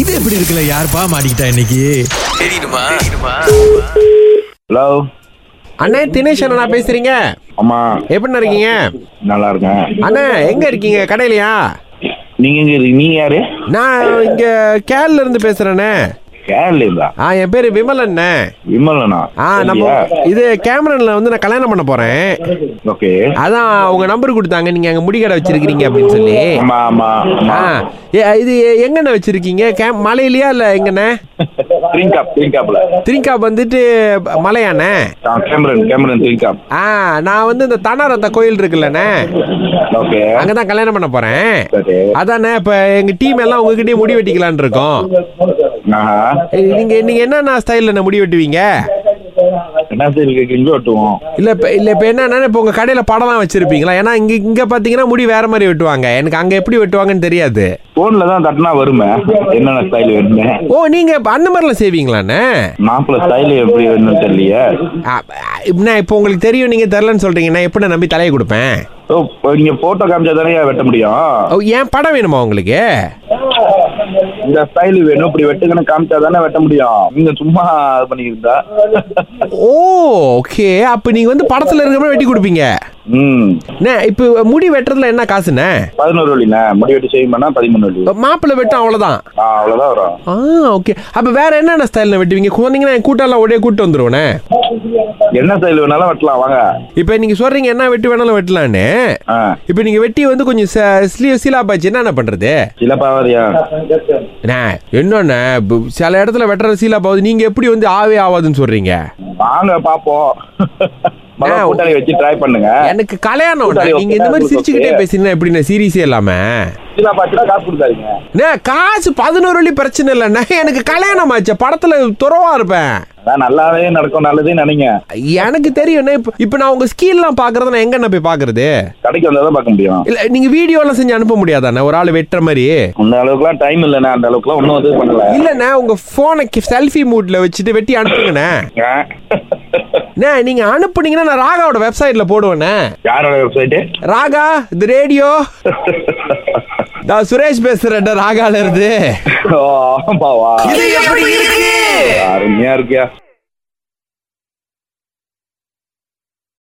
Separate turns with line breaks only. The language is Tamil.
இது எப்படி இருக்குல்ல யாருப்பா மாட்டிக்கிட்டா இன்னைக்கு
ஹலோ
அண்ணே தினேஷ் அண்ணா பேசுறீங்க
ஆமா
எப்படிண்ணா இருக்கீங்க
நல்லா இருக்கேன்
அண்ணா எங்க இருக்கீங்க கடையிலயா
நீங்க எங்க இருக்கீங்க? நீங்க யாரு
நான் இங்க கேரள இருந்து பேசுறேண்ணே
கேரளா இருந்தா
ஆ என் பேரு விமல் அண்ணே
விமலனா
ஆ நம்ம இது கேமரன்ல வந்து நான் கல்யாணம் பண்ண போறேன்
ஓகே
அதான் உங்க நம்பர் கொடுத்தாங்க நீங்க அங்க முடி கடை வச்சிருக்கீங்க அப்படின்னு சொல்லி
ஆமா ஆமா ஆமா
ஆ ஏ, இது எ- எங்கண்ணே வச்சிருக்கீங்க கே மலையிலயா இல்ல எங்கண்ணே
திரிங்காப் திரிங்காப்ல
திரிங்காப் வந்துட்டு மலையாண்ணே
ஆ, கேமரன் கேமரன் திரிங்காப்
ஆ நான் வந்து இந்த தனாரத்த கோயில் இருக்குல்லண்ணே
ஓகே
அங்கதான் கல்யாணம் பண்ண போறேன்
சரி
அதானே இப்ப எங்க டீம் எல்லாம் உங்ககிட்டயே முடி வெட்டிக்கலாம்னு இருக்கோம்
ஆஹா
ஏய், நீங்க நீங்க என்னென்ன ஸ்டைல்ல முடி வெட்டுவீங்க
என்ன சரி கேட்குங்க ஒட்டுவோம்
இல்ல இப்ப இல்ல இப்ப என்னன்னா இப்ப உங்க கடையில படம்லாம் வச்சிருப்பீங்களா ஏன்னா இங்க இங்க பாத்தீங்கன்னா முடி வேற மாதிரி வெட்டுவாங்க எனக்கு அங்க எப்படி வெட்டுவாங்கன்னு தெரியாது
போன்ல தான் தட்டினா வருமே என்னென்ன ஸ்டைல் வேணுமே
ஓ நீங்க இப்ப அந்த மாதிரிலாம் செய்வீங்களாண்ணே
மாப்பிள்ள ஸ்டைல் எப்படி வேணும்னு தெரியலையே
ஆ, இப்ப நான் இப்போ உங்களுக்கு தெரியும் நீங்க தெரிலன்னு சொல்றீங்க நான் எப்படி நம்பி தலையை கொடுப்பேன்
ஓ இப்போ நீங்க போட்டோ காமிச்சா தானே வெட்ட முடியும்
ஓ, ஏன் படம் வேணுமா உங்களுக்கு
இந்த ஸ்டைல் வேணும் இப்படி வெட்டுங்கன்னு காமிச்சா தானே வெட்ட முடியும் நீங்க சும்மா இது பண்ணிக்கிருந்தா
ஓ ஓகே அப்ப நீங்க வந்து படத்துல இருக்கிற மாதிரி வெட்டி கொடுப்பீங்க
ம்
அண்ணே, இப்ப முடி வெட்டுறதுல என்ன காசுண்ணே
பதினோரு வழிண்ணே முடி வெட்டி செய்யுமாண்ணா பதிமூணு வழி
மாப்பிள்ளை வெட்டும் அவ்வளவுதான்
ஆ அவ்வளோதான் வரும்
ஆ ஓகே அப்ப வேற என்னென்ன ஸ்டைல்ல வெட்டுவீங்க குழந்தைங்கன்னா என் கூட்டம் எல்லாம் ஒரே கூட்டு வந்துருவோண்ணே
என்ன ஸ்டைல் வேணாலும் வெட்டலாம் வாங்க
இப்போ நீங்க சொல்றீங்க என்ன வெட்டி வேணாலும் வெட்டலான்னு
ஆ
இப்போ நீங்க வெட்டி வந்து கொஞ்சம் ஸ்லீவ் சீலா பாய்ச்சி என்னென்ன பண்றது
சில பாவாதியா
அண்ணே, என்னண்ணே பு- சில இடத்துல வெட்டுற சீலா பாவது நீங்க எப்படி வந்து ஆவே ஆவாதுன்னு சொல்றீங்க
வாங்க பார்ப்போம் மொதல்
ஆ.
கூட்டாளி வச்சு ட்ரை பண்ணுங்க
எனக்கு கல்யாணம் அண்ணே. நீங்க இந்த மாதிரி சிரிச்சுக்கிட்டே பேசுறீங்க எப்படிண்ணே சீரியஸே இல்லாம
சில பார்த்துட்டா காசு கொடுத்தாருங்க
அண்ணே, காசு பதினோரு வழி பிரச்சனை இல்லைண்ணே எனக்கு கல்யாணம் ஆச்சு படத்துல துறவா இருப்பேன்
அதான் நல்லாவே நடக்கும் நல்லதே நினைங்க
எனக்கு தெரியும்ண்ணே இப்போ இப்போ நான் உங்க ஸ்கீல்லாம் பாக்குறத நான் எங்கண்ணே போய் பாக்குறது
கடைக்கு வந்தால் தான் பார்க்க முடியும்
இல்ல நீங்க வீடியோலாம் செஞ்சு அனுப்ப முடியாதாண்ணே ஒரு ஆள் வெட்டுற மாதிரி
அந்த அளவுக்குலாம் டைம் இல்லைண்ணே அந்த அளவுக்குலாம் ஒன்றும் இது பண்ணல
இல்லண்ணே உங்க போனை செல்ஃபி மூட்ல வச்சுட்டு வெட்டி அனுப்புங்கண்ணே
ஆ.
அண்ணே நீங்க அனுப்புனீங்கன்னா நான் ராகாவோட வெப்சைட்ல போடுவேண்ணே
யாரோட வெப்சைட்டு
ராகா இது ரேடியோ நான் சுரேஷ் பேசுறேன் ராகால இருந்து
ஆமாவா
இது எப்படி இருக்கு
அருமையா இருக்கியா